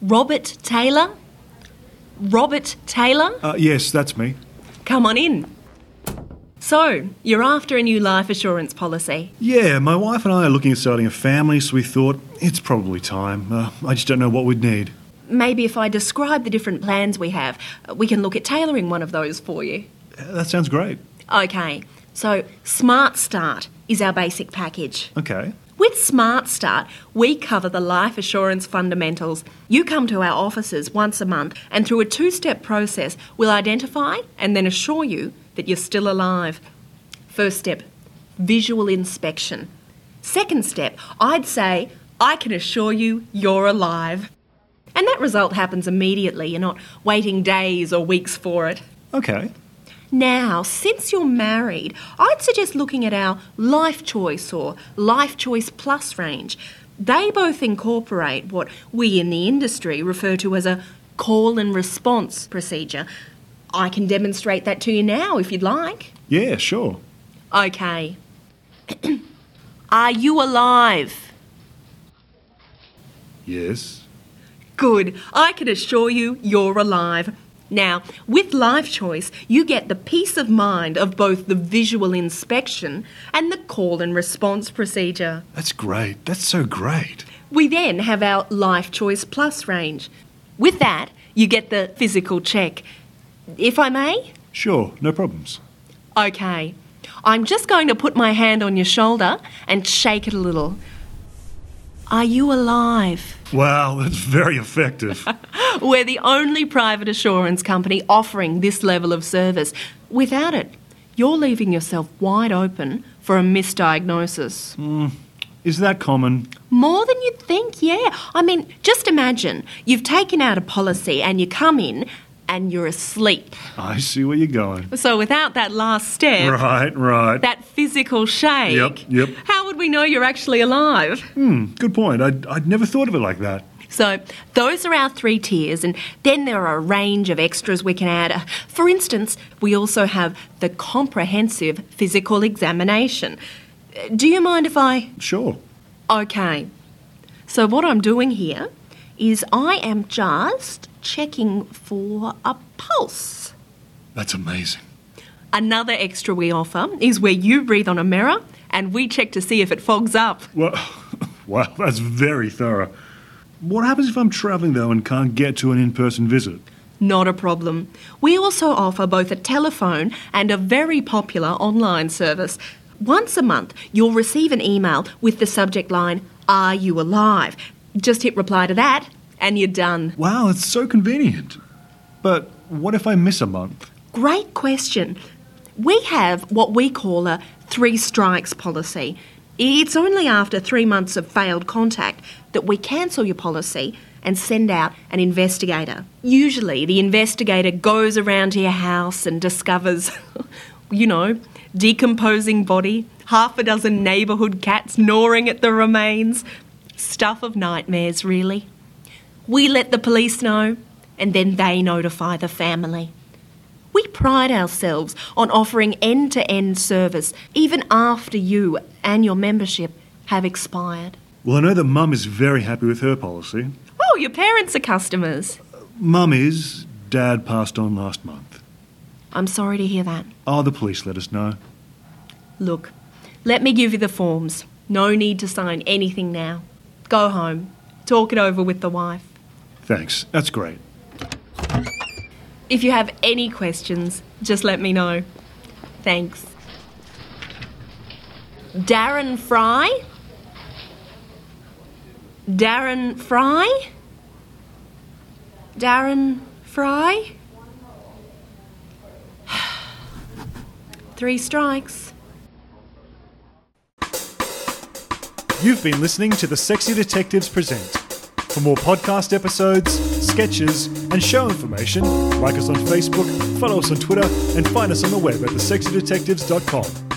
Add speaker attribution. Speaker 1: Robert Taylor? Robert Taylor?
Speaker 2: Uh, yes, that's me.
Speaker 1: Come on in. So, you're after a new life assurance policy.
Speaker 2: Yeah, my wife and I are looking at starting a family, so we thought it's probably time. Uh, I just don't know what we'd need.
Speaker 1: Maybe if I describe the different plans we have, we can look at tailoring one of those for you.
Speaker 2: Uh, That sounds great.
Speaker 1: Okay, so Smart Start is our basic package.
Speaker 2: Okay.
Speaker 1: With Smart Start, we cover the life assurance fundamentals. You come to our offices once a month, and through a two step process, we'll identify and then assure you that you're still alive. First step visual inspection. Second step, I'd say, I can assure you you're alive. And that result happens immediately. You're not waiting days or weeks for it.
Speaker 2: Okay.
Speaker 1: Now, since you're married, I'd suggest looking at our Life Choice or Life Choice Plus range. They both incorporate what we in the industry refer to as a call and response procedure. I can demonstrate that to you now if you'd like.
Speaker 2: Yeah, sure.
Speaker 1: Okay. Are you alive?
Speaker 2: Yes.
Speaker 1: Good. I can assure you you're alive. Now, with Life Choice, you get the peace of mind of both the visual inspection and the call and response procedure.
Speaker 2: That's great. That's so great.
Speaker 1: We then have our Life Choice Plus range. With that, you get the physical check. If I may?
Speaker 2: Sure, no problems.
Speaker 1: Okay. I'm just going to put my hand on your shoulder and shake it a little. Are you alive?
Speaker 2: Wow, that's very effective.
Speaker 1: We're the only private assurance company offering this level of service. Without it, you're leaving yourself wide open for a misdiagnosis.
Speaker 2: Is that common?
Speaker 1: More than you'd think, yeah. I mean, just imagine you've taken out a policy and you come in and you're asleep.
Speaker 2: I see where you're going.
Speaker 1: So without that last step,
Speaker 2: Right, right.
Speaker 1: that physical shake,
Speaker 2: Yep, yep.
Speaker 1: how would we know you're actually alive?
Speaker 2: Good point. I'd, I'd never thought of it like that.
Speaker 1: So, those are our three tiers, and then there are a range of extras we can add. For instance, we also have the comprehensive physical examination. Uh, Do you mind if I?
Speaker 2: Sure.
Speaker 1: Okay. So, what I'm doing here is I am just checking for a pulse.
Speaker 2: That's amazing.
Speaker 1: Another extra we offer is where you breathe on a mirror and we check to see if it fogs up.
Speaker 2: Well, wow, that's very thorough. What happens if I'm traveling though and can't get to an in-person visit?
Speaker 1: Not a problem. We also offer both a telephone and a very popular online service. Once a month, you'll receive an email with the subject line, Are you alive? Just hit reply to that and you're done.
Speaker 2: Wow, that's so convenient. But what if I miss a month?
Speaker 1: Great question. We have what we call a three strikes policy. It's only after three months of failed contact that we cancel your policy and send out an investigator. Usually, the investigator goes around to your house and discovers, you know, decomposing body, half a dozen neighbourhood cats gnawing at the remains. Stuff of nightmares, really. We let the police know, and then they notify the family. We pride ourselves on offering end to end service even after you and your membership have expired.
Speaker 2: Well, I know that Mum is very happy with her policy.
Speaker 1: Oh, your parents are customers.
Speaker 2: Mum is. Dad passed on last month.
Speaker 1: I'm sorry to hear that.
Speaker 2: Oh, the police let us know.
Speaker 1: Look, let me give you the forms. No need to sign anything now. Go home, talk it over with the wife.
Speaker 2: Thanks. That's great.
Speaker 1: If you have any questions, just let me know. Thanks. Darren Fry? Darren Fry? Darren Fry? Three strikes.
Speaker 3: You've been listening to The Sexy Detectives Present. For more podcast episodes, sketches, and show information, like us on Facebook, follow us on Twitter, and find us on the web at thesexydetectives.com.